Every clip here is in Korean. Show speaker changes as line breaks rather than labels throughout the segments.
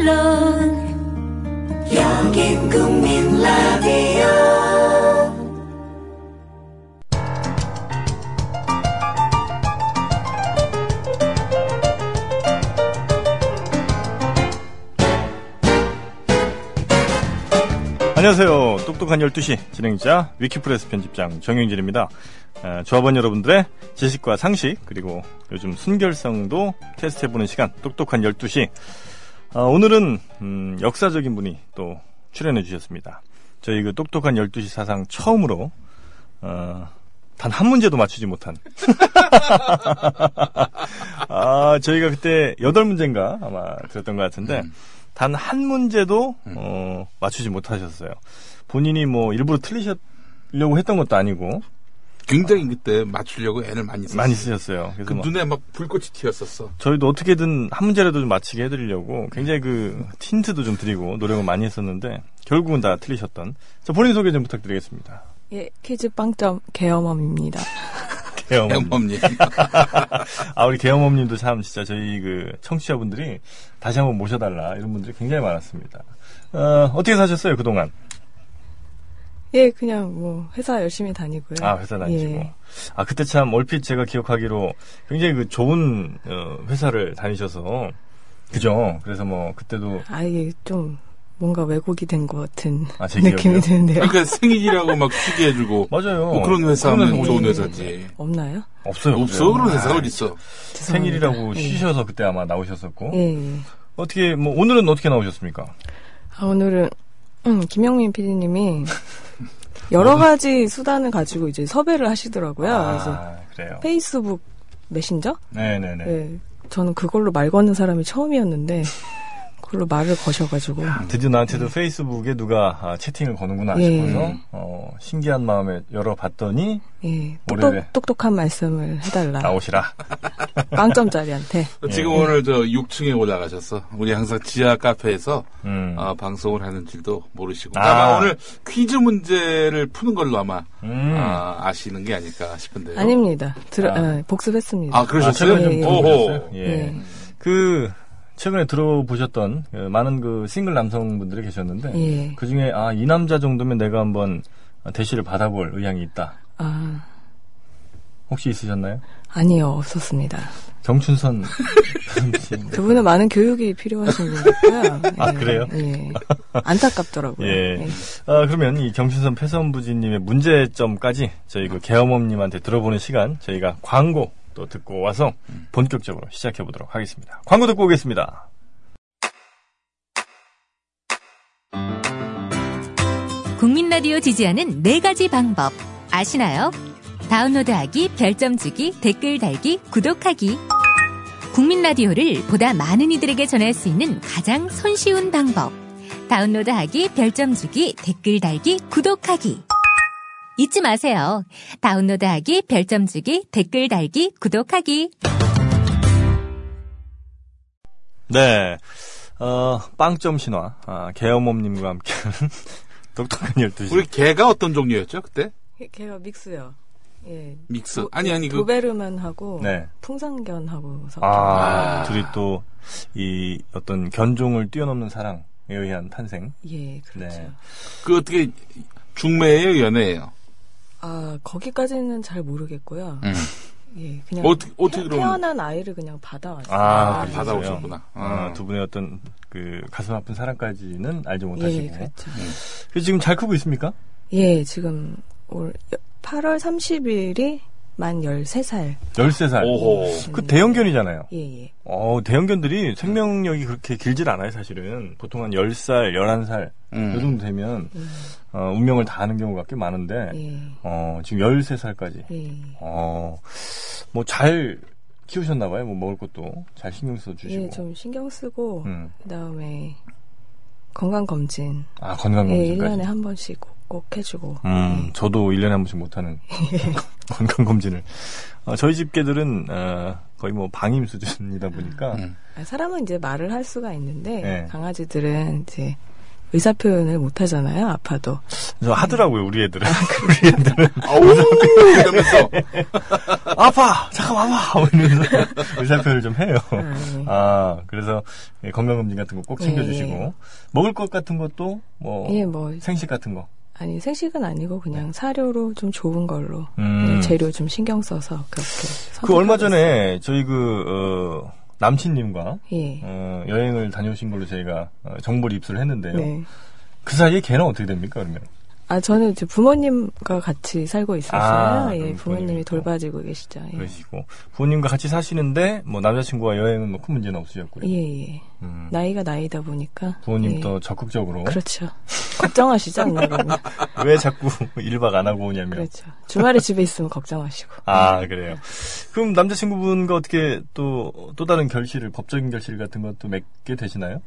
물론 여긴 국민 라디오
안녕하세요. 똑똑한 12시 진행자 위키프레스 편집장 정영진입니다. 어, 조합원 여러분들의 지식과 상식 그리고 요즘 순결성도 테스트해보는 시간 똑똑한 12시 아, 오늘은 음, 역사적인 분이 또 출연해 주셨습니다. 저희 그 똑똑한 12시 사상 처음으로 어, 단 한 문제도 맞추지 못한 아, 저희가 그때 여덟 문제인가 아마 들었던 것 같은데 단 한 문제도 어, 맞추지 못하셨어요. 본인이 뭐 일부러 틀리셨려고 했던 것도 아니고
굉장히 그때 맞추려고 애를 많이 썼어.
많이 쓰셨어요. 그래서
그
막
눈에 막 불꽃이 튀었었어.
저희도 어떻게든 한 문제라도 좀 맞히게 해드리려고 굉장히 그 틴트도 좀 드리고 노력을 많이 했었는데 결국은 다 틀리셨던. 자 본인 소개 좀 부탁드리겠습니다.
예, 퀴즈 빵점 개엄엄입니다.
개엄엄.
엠범님.
아 우리 개엄엄님도 참 진짜 저희 그 청취자분들이 다시 한번 모셔달라 이런 분들이 굉장히 많았습니다. 어, 어떻게 사셨어요 그 동안?
예, 그냥 뭐 회사 열심히 다니고요.
아 회사 다니시고
예.
아 그때 참 얼핏 제가 기억하기로 굉장히 그 좋은 어, 회사를 다니셔서 그죠 그래서 뭐 그때도
아예 좀 뭔가 왜곡이 된 것 같은
아, 제 기억이요?
느낌이 드는데요.
그러니까 생일이라고 막 축의해주고.
맞아요
뭐 그런 회사는
그런 회사
좋은
어디
회사지.
없나요?
없어요
없어 그런
아,
회사가 어디 있어?
죄송합니다.
생일이라고
예.
쉬셔서 그때 아마 나오셨었고
예, 예.
어떻게 뭐 오늘은 어떻게 나오셨습니까
아, 오늘은 음, 김영민 PD님이 여러 가지 수단을 가지고 이제 섭외를 하시더라고요. 그래서
음. 아 그래요
페이스북 메신저?
네네네
예. 저는 그걸로 말 거는 사람이 처음이었는데 그걸로 말을 거셔가지고
드디어 나한테도 페이스북에 누가 아, 채팅을 거는구나
예.
싶어서 어, 신기한 마음에 열어봤더니
예,
올해래.
똑똑, 똑똑한 말씀을 해달라.
나오시라
빵점짜리한테.
지금
예.
오늘 저 6층에 올라가셔서 우리 항상 지하 카페에서
음.
어, 방송을 하는지도 모르시고
아.
아. 마 오늘 퀴즈 문제를 푸는 걸로 아마
음.
아, 시는게 아닐까 싶은데요.
아닙니다. 들,
아.
어, 복습했습니다.
아 그러셨어요?
아, 최근에 좀
예, 예.
오호.
들어보셨어요? 예. 그 최근에 들어보셨던 그 많은 그 싱글 남성분들이 계셨는데
예.
그 중에 아 이 남자 정도면 내가 한번 대시를 받아볼 의향이 있다.
아,
혹시 있으셨나요?
아니요, 없었습니다.
경춘선 씨.
그분은 많은 교육이 필요하신 분 같고요.
아,
예,
그래요?
예. 안타깝더라고요.
예. 아, 그러면 이 경춘선 패선부지님의 문제점까지 저희 그 개엄엄님한테 들어보는 시간 저희가 광고 또 듣고 와서 본격적으로 시작해 보도록 하겠습니다. 광고 듣고 오겠습니다.
국민 라디오 지지하는 네 가지 방법 아시나요? 다운로드하기, 별점 주기, 댓글 달기, 구독하기. 국민 라디오를 보다 많은 이들에게 전할 수 있는 가장 손쉬운 방법. 다운로드하기, 별점 주기, 댓글 달기, 구독하기. 잊지 마세요. 다운로드하기, 별점 주기, 댓글 달기, 구독하기.
네. 어, 빵점 신화 아, 개엄엄님과 함께하는 독특한 12시.
우리 개가 어떤 종류였죠 그때?
예. 걔가 믹스요. 예.
믹스. 아니 아니 그
도베르만하고
네.
풍산견하고 섞여.
아,
아.
둘이 또 이 어떤 견종을 뛰어넘는 사랑에 의한 탄생.
예, 그렇죠.
네.
그 어떻게 중매예요, 연애예요?
아, 거기까지는 잘 모르겠고요. 예, 그냥
어떻게 어떻게
태-
그런
태어난 아이를 그냥 받아왔어요.
아,
아,
그러셨어요.
받아오셨구나.
아,
어.
두 분의 어떤 그 가슴 아픈 사랑까지는 알지
예,
못하시고.
그렇죠.
그 지금 잘 크고 있습니까?
예, 지금 올 8월 30일이 만 13살.
13살.
오호.
그 대형견이잖아요.
예, 예.
어, 대형견들이 생명력이 그렇게 길질 않아요, 사실은. 보통 한 10살, 11살,
음.
요 정도 되면, 어, 운명을 다 아는 경우가 꽤 많은데,
예.
어, 지금 13살까지.
예.
어, 뭐 잘 키우셨나봐요. 뭐 먹을 것도 잘 신경 써주시고.
예, 좀 신경 쓰고
음.
그다음에 건강 검진.
아,
예,
건강검진까지.
1년에 한 번씩 꼭, 꼭 해주고.
음, 저도 1년에 한 번씩 못하는
예.
건강검진을. 어, 저희 집 개들은, 어, 거의 뭐 방임 수준이다 보니까.
음.
아, 사람은 이제 말을 할 수가 있는데
예.
강아지들은 이제 의사 표현을 못 하잖아요. 아파도.
그래서 하더라고요 우리 애들은. 우리 애들은
아우! 이러면서.
아파 잠깐 와봐 하고 이러면서 의사 표현을 좀 해요.
음.
아 그래서 예, 건강검진 같은 거 꼭 챙겨주시고
예, 예.
먹을 것 같은 것도 뭐
예, 뭐
생식 같은 거.
아니 생식은 아니고 그냥 사료로 좀 좋은 걸로 예,
음.
재료 좀 신경 써서 그렇게.
그 얼마
선택하고
전에 저희 그 어, 남친님과
있어요. 예.
어, 여행을 다녀오신 걸로 저희가 어, 정보를 입수를 했는데요.
네.
그 사이에 걔는 어떻게 됩니까 그러면?
아 저는 이제 부모님과 같이 살고 있었어요.
아,
예,
그럼
부모님이
부모님이 또.
돌봐주고 계시죠. 예.
그러시고 부모님과 같이 사시는데 뭐 남자친구와 여행은 뭐 큰 문제는 없으셨고요.
예, 예.
음,
나이가 나이다 보니까. 예.
부모님도 적극적으로
그렇죠. 걱정하시죠, 엄마가.
왜 자꾸 일박안 하고 오냐며.
그렇죠. 주말에 집에 있으면 걱정하시고.
아 그래요. 그럼 남자친구분과 어떻게 또 또 다른 결실을 법적인 결실 같은 것도 맺게 되시나요?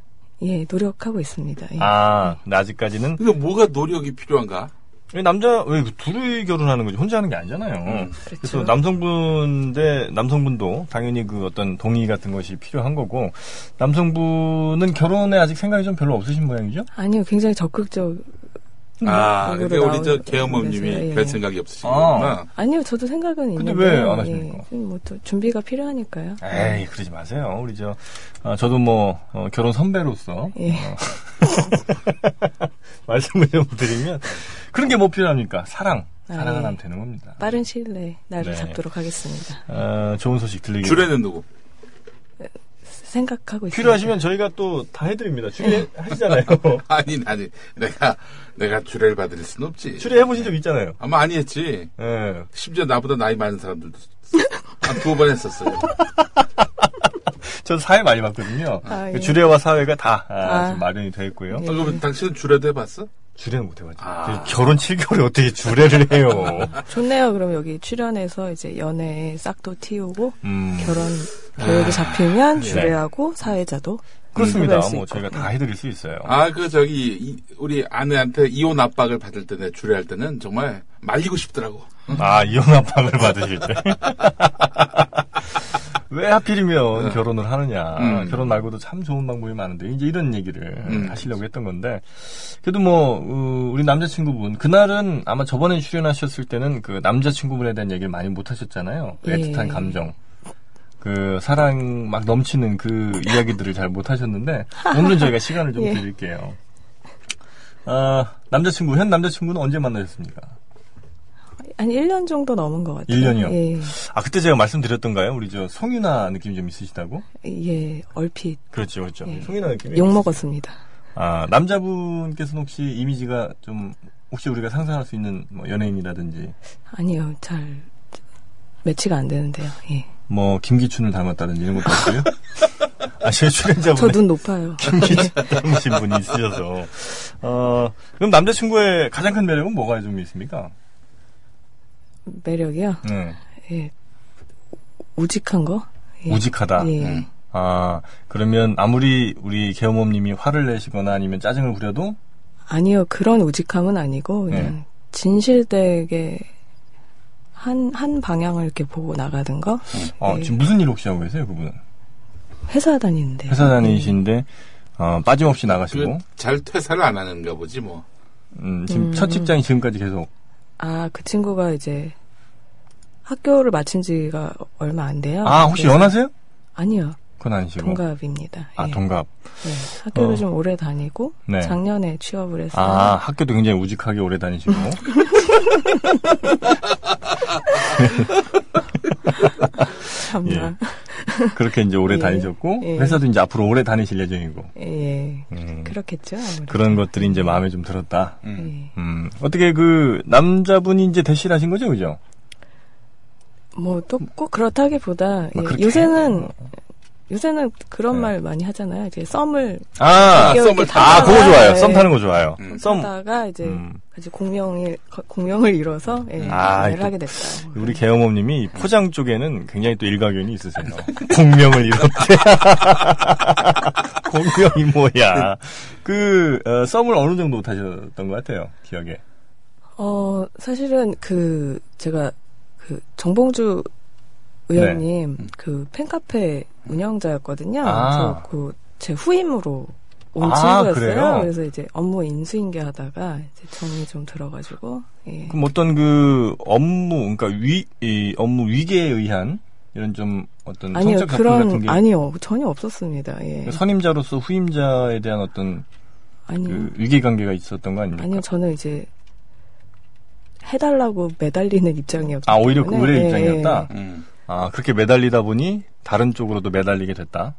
예, 노력하고 있습니다. 예.
아 근데 아직까지는
근데 뭐가 노력이 필요한가?
왜 남자 왜 둘이 결혼하는 거지 혼자 하는 게 아니잖아요.
음.
그렇죠.
그래서 남성분 대 남성분도 당연히 그 어떤 동의 같은 것이 필요한 거고 남성분은 결혼에 아직 생각이 좀 별로 없으신 모양이죠?
아니요, 굉장히 적극적.
아,
음,
근데
이거로
우리 저
나오는
개엄엄님이
거죠. 예.
별 생각이 없으신
아.
거구나.
아니요, 저도 생각은
근데
있는데.
왜안 하십니까? 아.
예, 뭐또 준비가 필요하니까요.
에이 그러지 마세요. 우리 저 아, 저도 뭐 어, 결혼 선배로서
예.
말씀을 좀 드리면 그런 게 뭐 필요합니까? 사랑
아,
사랑을
예.
하면 되는 겁니다.
빠른 시일 내에 날을
네.
잡도록 하겠습니다.
어, 좋은 소식 들리기
주례는 누구?
생각하고 있습니다.
필요하시면 저희가 또 다 해드립니다. 출연하시잖아요.
아니, 아니. 내가, 내가 주례를 받을 순 없지.
출연해보신 적 있잖아요.
아마 아니 했지.
예.
심지어 나보다 나이 많은 사람들도 한 두 번 했었어요.
예.
전 사회 많이 봤거든요.
아,
그
예.
주례와 사회가 다 아,
아.
지금 마련이 되어 있고요.
아, 그럼 당신은 주례도 해봤어?
주례는 못해가지고.
아.
결혼 7개월에 어떻게 주례를 해요.
음. 좋네요. 그럼 여기 출연해서 이제 연애에 싹도 튀우고
음. 네.
결혼 계획이 잡히면 주례하고 사회자도
그렇습니다.
수
뭐
있고.
저희가 다 해드릴 수 있어요.
아, 그, 저기, 이- 우리 아내한테 이혼 압박을 받을 때, 내 주례할 때는 정말 말리고 싶더라고.
아, 이혼 합방을 받으실 때. 왜 하필이면 결혼을 하느냐.
음.
결혼 말고도 참 좋은 방법이 많은데, 이제 이런 얘기를
음.
하시려고 했던 건데. 그래도 뭐, 어, 우리 남자친구분, 그날은 아마 저번에 출연하셨을 때는 그 남자친구분에 대한 얘기를 많이 못 하셨잖아요. 그
예.
애틋한 감정. 그 사랑 막 넘치는 그 이야기들을 잘 못 하셨는데, 오늘은 저희가 시간을 좀
예.
드릴게요. 아, 남자친구, 현 남자친구는 언제 만나셨습니까?
한 1년 정도 넘은 것 같아요.
일 년이요?
예.
아 그때 제가 말씀드렸던가요? 우리 저 송윤아 느낌 좀 있으시다고?
예, 얼핏
그렇죠, 그렇죠.
예.
송윤아 느낌이.
욕 먹었습니다.
아 남자분께서는 혹시 이미지가 좀 혹시 우리가 상상할 수 있는 뭐 연예인이라든지
아니요, 잘 매치가 안 되는데요. 예.
뭐 김기춘을 닮았다든지 이런 것도 있고요. 아제
저
출연자분에
눈 높아요.
네. 김기춘 닮으신 분이 있으셔서 어 그럼 남자친구의 가장 큰 매력은 뭐가 좀 있습니까?
매력이요.
네.
예. 우직한 거? 예.
우직하다.
예.
음.
아 그러면 아무리 우리 개엄엄님이 화를 내시거나 아니면 짜증을 부려도
아니요, 그런 우직함은 아니고
네.
그냥 진실되게 한, 한 방향을 이렇게 보고 나가는 거?
어,
예.
지금 무슨 일 혹시 하고 계세요 그분은?
회사 다니는데요.
회사 다니시는데 어, 빠짐없이 나가시고
그잘 퇴사를 안 하는가 보지, 뭐.
음, 지금 첫 직장이 지금까지 계속
아, 그 친구가 이제 학교를 마친 지가 얼마 안 돼요.
아 혹시
그래서-
연하세요?
아니요,
그건 아니시고
네. 동갑입니다.
아
예.
동갑
네, 학교를
어.
좀 오래 다니고
네.
작년에 취업을 했어요.
아 학교도 굉장히 우직하게 오래 다니시고
참나.
그렇게 이제 오래
예.
다니셨고
예.
회사도 이제 앞으로 오래 다니실 예정이고
예.
음,
그렇겠죠. 아무래도.
그런 것들이 이제 마음에 좀 들었다.
예.
음, 어떻게 그 남자분이 이제 대시를 하신 거죠, 그죠?
뭐또 꼭 그렇다기보다
뭐
예,
그렇게
요새는 요새는 그런
네.
말 많이 하잖아요. 이제 썸을
아,
이렇게
썸을
이렇게
타-
아
타다가,
그거 좋아요.
예,
썸 타는 거 좋아요.
음.
썸
타다가 이제
음.
같이 공명을 거- 공명을 이뤄서 예,
아,
연애를
이렇게-
하게 됐다.
우리 개어머님이 포장 쪽에는 굉장히 또 일가견이 있으세요. 공명을 이뤘대. 공명이 뭐야. 그, 어, 썸을 어느 정도 타셨던 것 같아요. 기억에.
어, 사실은 그 제가 그 정봉주 의원님 그 팬카페
네.
운영자였거든요.
음. 아.
그래서 그 제 후임으로 온
아, 그래요?
친구였어요. 그래서 이제 업무 인수인계 하다가 이제 정이 좀 들어가지고 예.
그럼 어떤 그 업무, 그러니까 위, 이 업무 위계에 의한 이런 좀 어떤
아니요
성적 다툼 같은
그런
게그
아니요 전혀 없었습니다. 예.
선임자로서 후임자에 대한 어떤
아니요
그 위계 관계가 있었던 거 아닙니까?
음. 아니요 저는 이제 해달라고 매달리는 입장이었기
아, 오히려 그
때문에
의뢰
예,
입장이었다?
예.
음.
아, 그렇게 매달리다 보니 다른 쪽으로도 매달리게 됐다.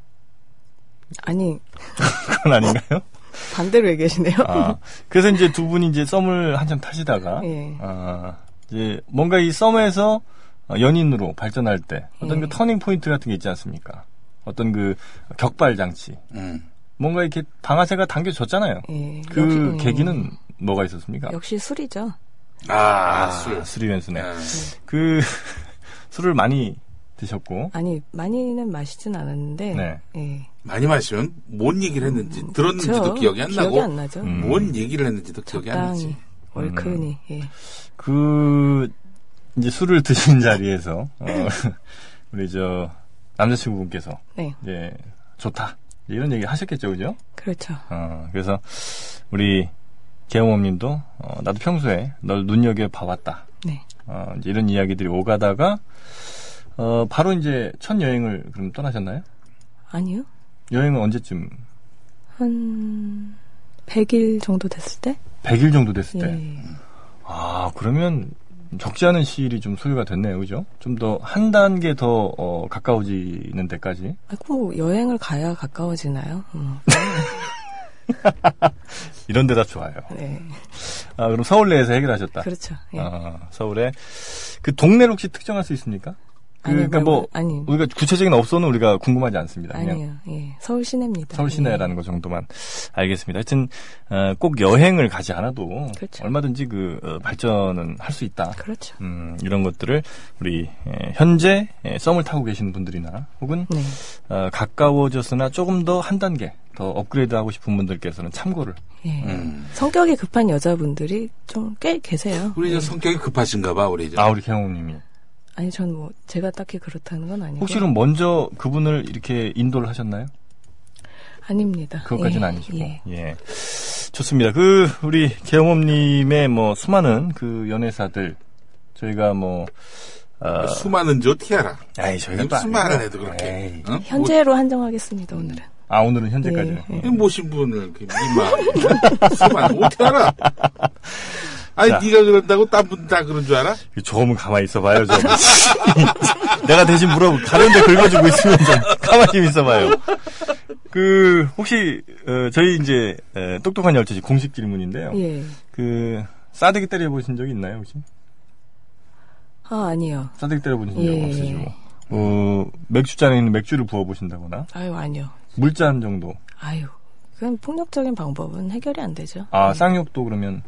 아니
그건 아닌가요?
반대로 얘기하시네요.
아, 그래서 이제 두 분이 이제 썸을 한참 타시다가,
예.
아, 이제 뭔가 이 썸에서 연인으로 발전할 때 어떤
예.
그 터닝 포인트 같은 게 있지 않습니까? 어떤 그 격발 장치.
음.
뭔가 이렇게 방아쇠가 당겨졌잖아요.
예,
그
역시- 음,
계기는 뭐가 있었습니까?
역시 술이죠.
아,
아,
술.
술이 왼수네.
음.
그 술을 많이 드셨고,
아니 많이는 마시진 않았는데
네.
예.
많이 마시면 뭔 얘기를 했는지 들었는지도
음, 그쵸?
기억이 안 나고
안 나죠.
음.
뭔 얘기를 했는지도 기억이 안
적당히
나지.
얼큰이 예.
그 이제 술을 드신 자리에서 어, 우리 저 남자친구분께서
네
이제 예, 좋다 이런 얘기 하셨겠죠, 그죠?
그렇죠.
어, 그래서 우리 개호모님도 어, 나도 평소에 널 눈여겨 봐왔다.
네
어, 이제 이런 이야기들이 오가다가 어, 바로 이제 첫 여행을 그럼 떠나셨나요?
아니요
여행은 언제쯤?
한 100일 정도 됐을 때
100일 정도 됐을 때.
예.
아, 그러면 적지 않은 시일이 좀 소요가 됐네요. 그죠? 좀 더 한 단계 더 어, 가까워지는 데까지.
아, 꼭 여행을 가야 가까워지나요? 음,
이런 데다 좋아요.
네
아, 그럼 서울 내에서 해결하셨다.
그렇죠. 예.
아, 서울에 그 동네를 혹시 특정할 수 있습니까? 그,
아니요,
러니까
말고-
뭐
아니
우리가 구체적인 업소는 우리가 궁금하지 않습니다. 그냥
아니요 네. 예 서울 시내입니다.
서울 시내라는 거 정도만 알겠습니다. 하여튼 어, 꼭 여행을 가지 않아도
그렇죠.
얼마든지 그 어, 발전은 할 수 있다.
예. 그렇죠.
음, 이런 것들을 우리 에, 현재 에, 썸을 타고 계시는 분들이나 혹은
네
어, 가까워졌으나 조금 더 한 단계 더 업그레이드하고 싶은 분들께서는 참고를
예.
음.
성격이 급한 여자분들이 좀 꽤 계세요.
우리 이제 성격이 급하신가 봐, 우리 이제.
아 우리 경호님이
아니 전 뭐 제가 딱히 그렇다는 건 아니고
혹시 그럼 먼저 그분을 이렇게 인도를 하셨나요?
아닙니다.
그것까지는
예,
아니시고
예.
예. 좋습니다. 그 우리 개영호님의 뭐 수많은 그 연애사들 저희가 뭐 어,
그 수많은 조 티아라.
아이 저희가 또
무슨 말을
아니고.
해도 그렇게. 어?
에이.
응?
현재로 한정하겠습니다 오늘은.
아 오늘은 현재까지
예,
뭐, 모신 분을 이렇게 이마 수많은 어떻게 알아? 아니
자.
네가 그런다고 딴 분 다 그런 줄 알아?
조금 가만히 있어봐요 좀 내가 대신 물어보 가는데 긁어주고 있으면 좀 가만히 좀 있어봐요 그 혹시 어, 저희 이제 에, 똑똑한 열두시 공식 질문인데요
예.
그 싸대기 때려보신 적이 있나요 혹시?
아 아니요.
싸대기 때려보신
예.
적 없으시고 어, 맥주잔에 있는 맥주를 부어보신다거나
아유 아니요.
물잔 정도
아유. 그건 폭력적인 방법은 해결이 안 되죠.
아 쌍욕도 그러면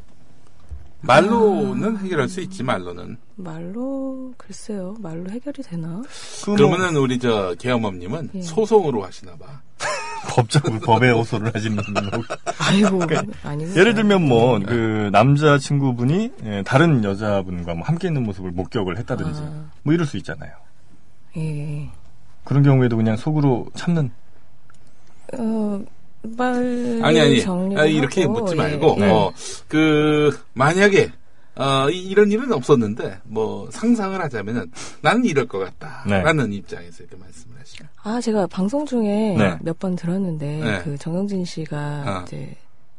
말로는 해결할 수 있지 말로는.
말로 글쎄요. 말로 해결이 되나?
그
그러면은 우리 저 개엄엄님은
예.
소송으로 하시나 봐.
법적으로 법에 호소를 하시는 분이고
아이고 뭐,
그러니까
아니고.
예를 들면
음.
뭐 그 남자 친구분이 예, 다른 여자분과 뭐 함께 있는 모습을 목격을 했다든지
아.
뭐 이럴 수 있잖아요.
예.
그런 경우에도 그냥 속으로 참는
어, 말
아니 아니,
정리
아니, 이렇게 묻지 말고
네.
예.
어, 그 만약에 어, 이- 이런 일은 없었는데 뭐 상상을 하자면은 나는 이럴 것
네.
같다라는 입장에서 이렇게 말씀을 하시죠.
아 제가 방송 중에
네.
몇 번 들었는데
네.
그 정영진 씨가
어.
이제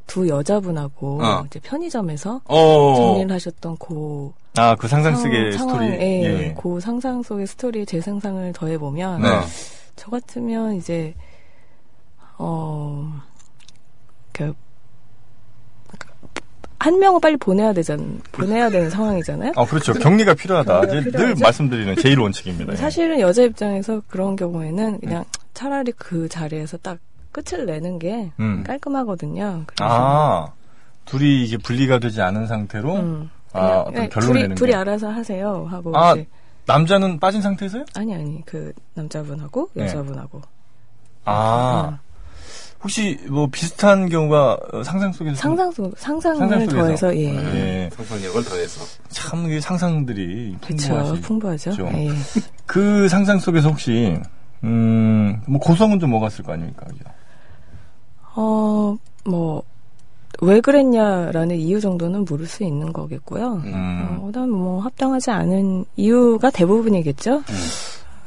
두 여자분하고
어.
이제 편의점에서
어,
정리를 하셨던 그
아 그 상상 속의
상-
스토리
상황, 예,
예.
그 상상 속의 스토리에 제 상상을 더해 보면
네.
저 같으면 이제 어그한 그러니까 명을 빨리 보내야 되잖 보내야 되는 상황이잖아요.
아 그렇죠 격리가 필요하다 이제 늘
필요하죠.
말씀드리는 제일 원칙입니다. 예.
사실은 여자 입장에서 그런
네.
경우에는 그냥 차라리 그 자리에서 딱 끝을 내는 게
음.
깔끔하거든요. 그래서
아 둘이 이게 분리가 되지 않은 상태로
음,
아 어떤
그냥
결론을
둘이
내는
둘이
게.
알아서 하세요 하고
아.
이제
남자는 빠진 상태에서요?
아니 아니 그 남자분하고
네.
여자분하고
아 혹시 뭐 비슷한 경우가 어, 상상 속에서 좀-
상상 속 상상을
상상 속에서.
더해서 예.
예.
상상력을 더해서
참 이게 상상들이
그렇죠.
풍부하시.
풍부하죠.
그렇죠.
예.
그 상상 속에서 혹시 음, 뭐 고성은 좀 뭐가 있을 거 아닙니까? 그죠?
어, 뭐, 왜 그랬냐라는 이유 정도는 물을 수 있는 거겠고요.
음.
어, 그다음 뭐 합당하지 않은 이유가 대부분이겠죠.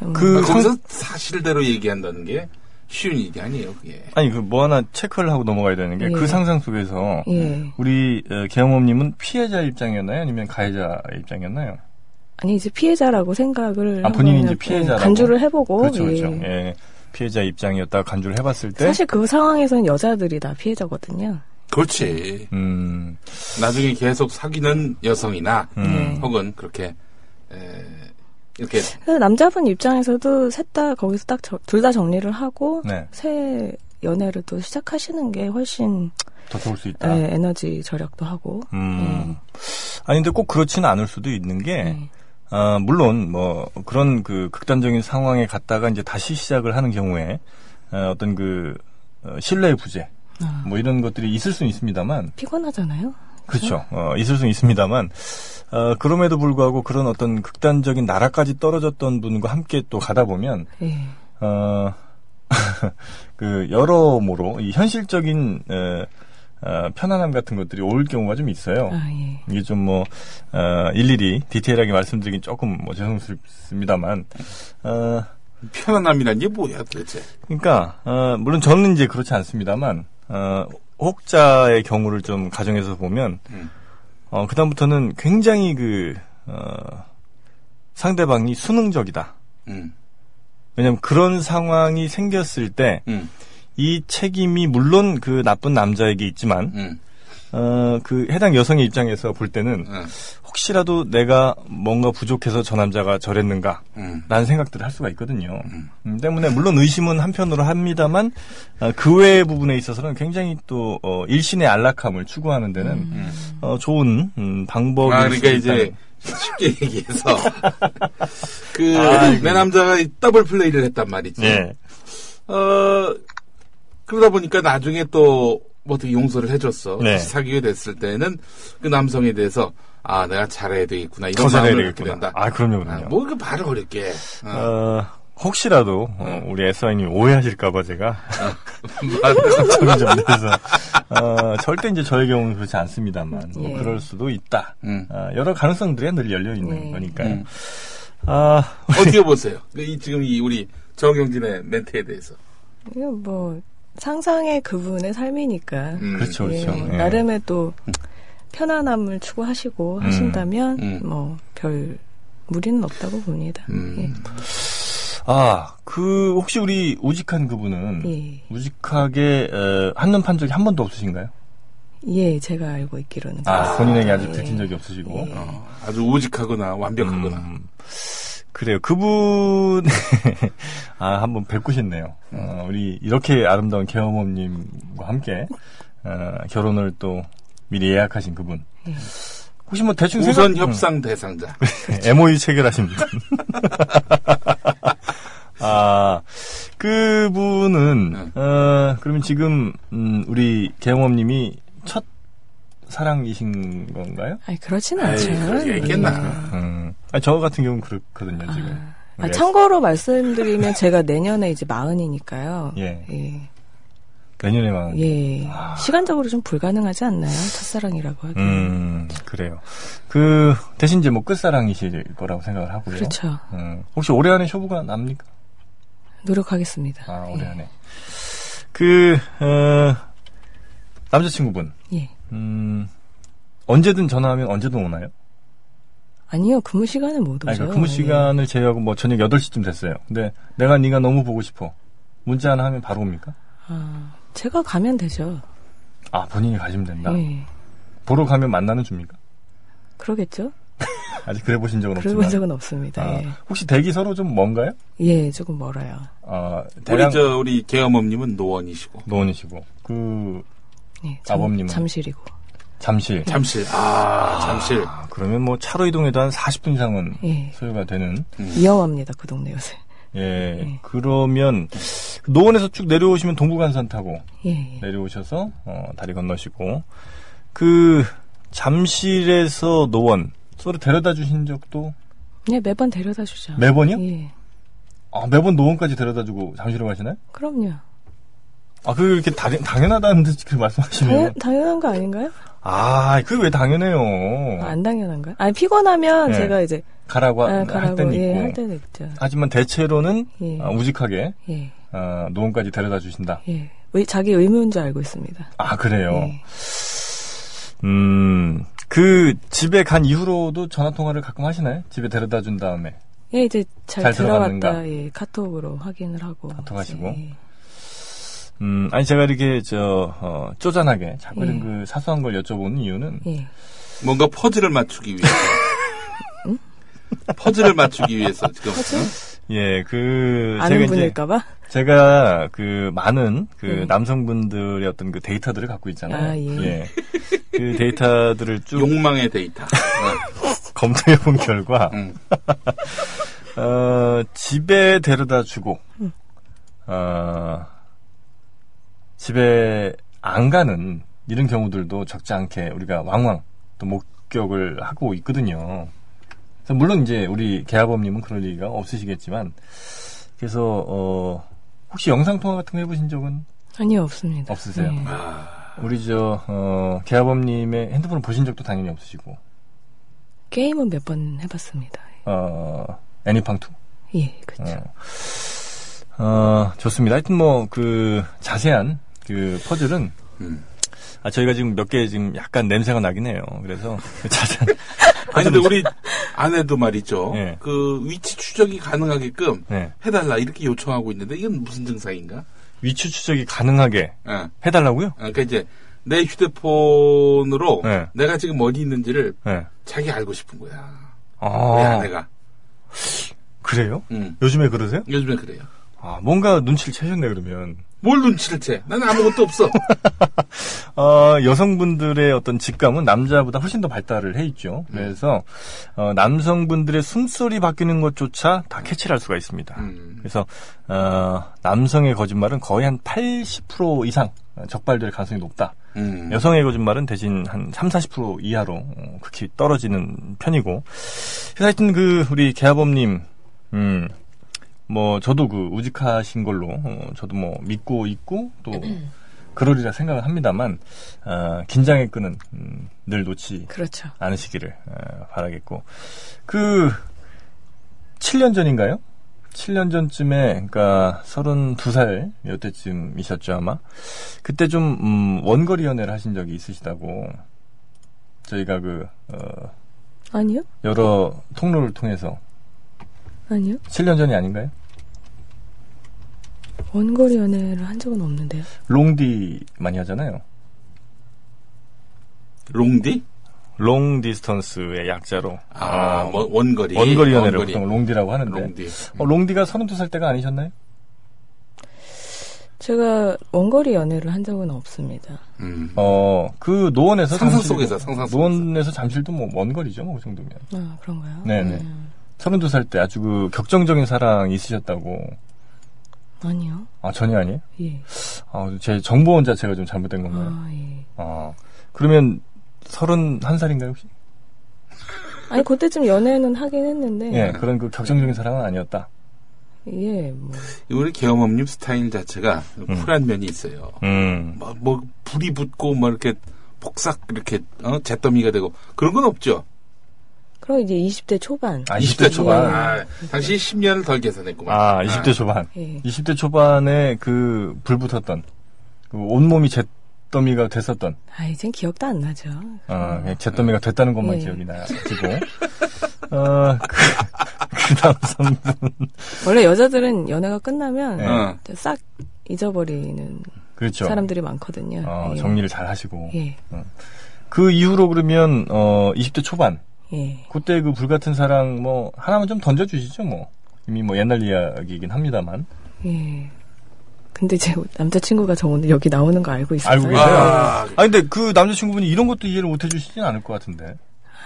음,
그
아, 거기서
상-
사실대로 얘기한다는 게 쉬운 얘기 아니에요, 그게.
아니 그 뭐 하나 체크를 하고 넘어가야 되는 게 그
예.
상상 속에서
예.
우리 어, 계엄님은 피해자 입장이었나요? 아니면 가해자 입장이었나요?
아니 이제 피해자라고 생각을
아, 본인이
한번
이제 피해자라고?
간주를 해보고
그렇죠, 그렇죠.
예.
예. 네? 피해자 입장이었다 간주를 해봤을 때,
사실 그 상황에서는 여자들이 다 피해자거든요.
그렇지.
음,
나중에 계속 사귀는 여성이나
음.
혹은 그렇게 에, 이렇게
그래서 남자분 입장에서도 셋 다 거기서 딱 둘 다 정리를 하고
네,
새 연애를 또 시작하시는 게 훨씬
더 좋을 수
예,
있다.
에너지 절약도 하고
음. 아니 근데 꼭 그렇지는 않을 수도 있는 게,
네.
아, 물론 뭐 그런 그 극단적인 상황에 갔다가 이제 다시 시작을 하는 경우에 어, 어떤 그 어, 신뢰의 부재 뭐 이런 것들이 있을 수는 있습니다만
피곤하잖아요.
그렇죠. 어, 있을 수는 있습니다만 어, 그럼에도 불구하고 그런 어떤 극단적인 나라까지 떨어졌던 분과 함께 또 가다 보면
예.
어, 그 여러모로 이 현실적인 에, 어, 편안함 같은 것들이 올 경우가 좀 있어요.
아 예.
이게 좀 뭐, 어, 일일이 디테일하게 말씀드리긴 조금 뭐 죄송스럽습니다만, 어,
편안함이란 게 뭐야 도대체?
그러니까, 어, 물론 저는 이제 그렇지 않습니다만, 어, 혹자의 경우를 좀 가정해서 보면,
음.
어, 그다음부터는 굉장히 그, 어, 상대방이 수능적이다.
음,
왜냐면 하 그런 상황이 생겼을 때,
음,
이 책임이 물론 그 나쁜 남자에게 있지만,
음,
어, 그 해당 여성의 입장에서 볼 때는,
음,
혹시라도 내가 뭔가 부족해서 저 남자가 저랬는가,
음.
라는 생각들을 할 수가 있거든요. 음, 때문에 물론 의심은 한편으로 합니다만 아, 그 외의 부분에 있어서는 굉장히 또 어, 일신의 안락함을 추구하는 데는 어, 좋은 음, 방법이
음. 아 그러니까 이제 쉽게 얘기해서 그
아,
내 남자가 이 더블 플레이를 했단 말이지.
예.
어 그러다 보니까 나중에 또뭐 어떻게 용서를 해줬어.
네.
다시 사귀게 됐을 때는 그 남성에 대해서 아 내가 잘해야 되겠구나 이런
더 잘해야
마음을 갖게
되겠구나.
된다.
아 그럼요,
아,
그럼요.
뭐 이거 말을 어렵게. 어.
어, 혹시라도 어,
음.
우리 SI님 오해하실까봐 제가
말을-
걱정이 좀 돼서 어, 절대 이제 저의 경우는 그렇지 않습니다만 뭐
예.
그럴 수도 있다.
음.
어, 여러 가능성들이 늘 열려 있는
예.
거니까요.
음.
아,
어떻게 보세요? 그 이, 지금 이 우리 정경진의 멘트에 대해서.
이거 뭐 상상의 그분의 삶이니까
음.
그렇죠,
예,
그렇죠. 예.
나름의 또 편안함을 추구하시고 하신다면
음.
뭐 별 무리는 없다고 봅니다. 예.
음.
아, 그 혹시 우리 우직한 그분은
예.
우직하게 에, 한눈 판 적이 한 번도 없으신가요?
예, 제가 알고 있기로는
아,
그렇습니다.
본인에게 아직
예.
들킨 적이 없으시고.
어, 아주 우직하거나 완벽하거나.
음, 그래요. 그분 아 한번 뵙고 싶네요. 어, 우리 이렇게 아름다운 개어머님과 함께 어, 결혼을 또 미리 예약하신 그분. 혹시 뭐 대충
우선
생각-
협상 대상자.
MOU 체결하신 분. 아, 그분은, 어, 그러면 지금, 음, 우리 개영업님이 첫 사랑이신 건가요?
아니, 그렇진
에이,
않죠. 네.
그렇게 얘기했나.
음. 아니, 저 같은 경우는 그렇거든요, 지금.
아,
우리
참고로 말씀드리면 제가 내년에 이제 마흔이니까요.
예. 아.
예.
내년에 만.
예. 시간적으로 좀 불가능하지 않나요? 첫사랑이라고 하기.
음, 그래요. 그, 대신 이제 뭐 끝사랑이실 거라고 생각을 하고요.
그렇죠.
음, 혹시 올해 안에 쇼부가 납니까?
노력하겠습니다.
아,
예.
올해 안에. 그, 어, 남자친구분.
예.
음, 언제든 전화하면 언제든 오나요?
아니요, 근무 시간은 못 오죠. 예.
아니, 그러니까 근무 시간을 제외하고 뭐 저녁 8시쯤 됐어요. 근데 내가 네가 너무 보고 싶어. 문자 하나 하면 바로 옵니까?
예. 아, 제가 가면 되죠.
아, 본인이 가시면 된다.
예.
보러 가면 만나는 줍니까?
그러겠죠?
아직 그래 보신 적은
그런
없지만.
적은 없습니다.
아, 혹시 대기 서로 좀 먼가요?
예. 예, 조금 멀어요.
아,
우리
대략
저 우리 개엄엄님은 노원이시고
노원이시고 그
예,
아버님은?
잠실이고.
잠실.
네.
잠실. 아, 잠실.
아, 그러면 뭐 차로 이동해도 한 40분 이상은
예.
소요가 되는.
위험합니다, 그 동네 요새.
예. 그러면 노원에서 쭉 내려오시면 동부간선 타고
예,
네.
예.
내려오셔서 어, 다리 건너시고 그 잠실에서 노원 서로 데려다 주신 적도
예, 매번 데려다 주죠.
매번이요?
예.
아, 매번 노원까지 데려다 주고 잠실로 가시나요?
그럼요.
아, 그 이렇게 당, 당연하다는데 그렇게 말씀하시네요.
당연, 당연한 거 아닌가요?
아, 그 왜 당연해요?
아, 안 당연한가요? 아니, 피곤하면
예.
제가 이제,
가라고
아,
하- 할
가라고,
때는
예,
있고.
할 때는 있죠.
하지만 대체로는
예.
아, 우직하게
예,
아, 노원까지 데려다 주신다.
예. 의- 자기 의무인 줄 알고 있습니다.
아, 그래요.
예.
음, 그 집에 간 이후로도 전화 통화를 가끔 하시나요? 집에 데려다 준 다음에.
예, 이제 잘,
잘
들어갔다.
들어갔는가?
예, 카톡으로 확인을 하고.
카톡하시고.
예,
음, 아니 제가 이렇게 저 어, 쪼잔하게 자꾸
예.
이런 그 사소한 걸 여쭤보는 이유는
예.
뭔가 퍼즐을 맞추기 위해서. 퍼즐을 맞추기 위해서 지금 응?
예, 그 제가
아는
이제
분일까봐?
제가 그 많은 그
음.
남성분들의 어떤 그 데이터들을 갖고 있잖아요.
아, 예.
그 데이터들을 쭉
욕망의 데이터. 어,
검토해 본
예.
결과
응.
어, 집에 데려다 주고, 어, 집에 안 가는 이런 경우들도 적지 않게 우리가 왕왕 또 목격을 하고 있거든요. 그래서 물론 이제 우리 개아범님은 그럴 리가 없으시겠지만, 그래서, 어, 혹시 영상통화 같은 거 해보신 적은
아니요, 없습니다.
없으세요? 아.
예.
우리 저, 어, 개아범님의 핸드폰을 보신 적도 당연히 없으시고,
게임은 몇 번 해봤습니다.
어, 애니팡2?
예, 그쵸.
어, 좋습니다. 하여튼 뭐, 그, 자세한, 그, 퍼즐은,
음.
아, 저희가 지금 몇 개 지금 약간 냄새가 나긴 해요. 그래서, 그 자세한,
아니 근데 우리 아내도 말이죠.
예.
그 위치 추적이 가능하게끔
네.
해달라 이렇게 요청하고 있는데 이건 무슨 증상인가?
위치 추적이 가능하게
예.
해달라고요?
그러니까 이제 내 휴대폰으로
예.
내가 지금 어디 있는지를
네.
자기 알고 싶은 거야. 우리
아,
아내가.
그래요?
음.
요즘에 그러세요?
요즘에 그래요.
아, 뭔가 눈치를 채셨네, 그러면.
뭘 눈치를 채? 난 아무것도 없어.
어, 여성분들의 어떤 직감은 남자보다 훨씬 더 발달을 해 있죠.
음.
그래서, 어, 남성분들의 숨소리 바뀌는 것조차 다 캐치를 할 수가 있습니다.
음.
그래서 어, 남성의 거짓말은 거의 한 80% 이상 적발될 가능성이 높다.
음.
여성의 거짓말은 대신 한 3, 40% 이하로 어, 극히 떨어지는 편이고. 그래서 하여튼 그 우리 개아범님, 음, 뭐 저도 그 우직하신 걸로 어, 저도 뭐 믿고 있고 또 그러리라 생각을 합니다만 어, 긴장의 끈은 음, 늘 놓지
그렇죠.
않으시기를 어, 바라겠고 그 7년 전인가요? 7년 전쯤에 그러니까 32살 이때쯤이셨죠 아마 그때 좀 음, 원거리 연애를 하신 적이 있으시다고 저희가 그 어,
아니요?
여러 통로를 통해서
아니요?
7년 전이 아닌가요?
원거리 연애를 한 적은 없는데요.
롱디 많이 하잖아요.
롱디?
롱 디스턴스의 약자로
아, 원- 원거리.
원거리 연애를
원거리.
보통 롱디라고 하는데
롱디.
어, 롱디가 32살 때가 아니셨나요?
제가 원거리 연애를 한 적은 없습니다.
음.
어, 그 노원에서
상상
잠실-
속에서, 상상 속에서.
노원에서 잠실도 뭐 먼거리죠, 뭐 그 정도면.
아, 그런가요?
네네.
음,
32살 때 아주 그 격정적인 사랑이 있으셨다고.
아니요.
아, 전혀 아니에요?
예.
아, 제 정보원 자체가 좀 잘못된 건가요?
아, 예.
아, 그러면 31살인가요, 혹시?
아니, 그때쯤 연애는 하긴 했는데.
예, 그런 그 격정적인 사랑은 아니었다.
예, 뭐.
우리 개엄엄님 스타일 자체가 쿨한 면이 있어요.
음.
뭐, 뭐 불이 붙고 뭐 이렇게 폭삭 이렇게 어? 잿더미가 되고 그런 건 없죠.
그럼 이제 20대 초반.
아,
20대
20대
초반.
초반.
아, 당시 10년을 덜 계산했구만.
아, 20대 초반.
예.
20대 초반에 그, 불붙었던, 그 온몸이 잿더미가 됐었던,
아, 이젠 기억도 안 나죠.
어, 그냥 잿더미가 됐다는 것만
음. 예.
기억이 나지고, 어, 그, 그 남성분.
원래 여자들은 연애가 끝나면
예.
어.
싹 잊어버리는
그렇죠.
사람들이 많거든요.
어,
예.
정리를 잘 하시고.
예.
그 이후로 그러면, 어, 20대 초반.
예.
그때 그 불같은 사랑 뭐, 하나만 좀 던져주시죠, 뭐. 이미 뭐 옛날 이야기이긴 합니다만.
예. 근데 제 남자친구가 저 오늘 여기 나오는 거 알고 있어요.
알고 계세요?
아,
아, 근데 그 남자친구분이 이런 것도 이해를 못 해주시진 않을 것 같은데.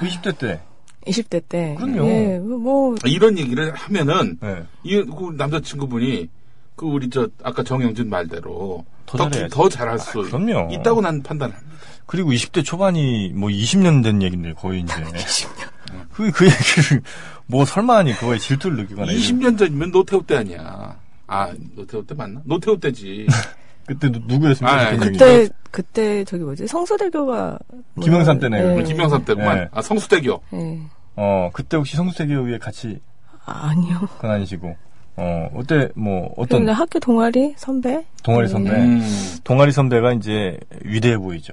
그 20대 때.
20대 때.
그럼요.
예, 뭐,
이런 얘기를 하면은
네.
이 그 남자친구분이 그 우리 저 아까 정영진 말대로
더
더,
잘해야지. 아,
더 잘할 수
그럼요.
있다고 난 판단합니다.
그리고 20대 초반이 뭐 20년 된 얘긴데, 거의 이제. 20년. 그, 그 얘기를, 뭐 설마 하니 그거에 질투를 느끼거나. 이런-
20년 전이면 노태우 때 아니야. 아, 노태우 때 맞나? 노태우 때지.
그때 누- 누구였습니까?
아,
대통령이?
그때 그때 저기 뭐지 성서대교가 뭐야?
김영삼 때네요.
예.
그 김영삼 때구만.
네.
아, 성수대교.
예.
어 그때 혹시 성수대교 위에 같이
아, 아니요.
건 아니시고 어 어때 뭐 어떤
근데 학교 동아리 선배.
동아리 선배
음.
동아리 선배가 이제 위대해 보이죠.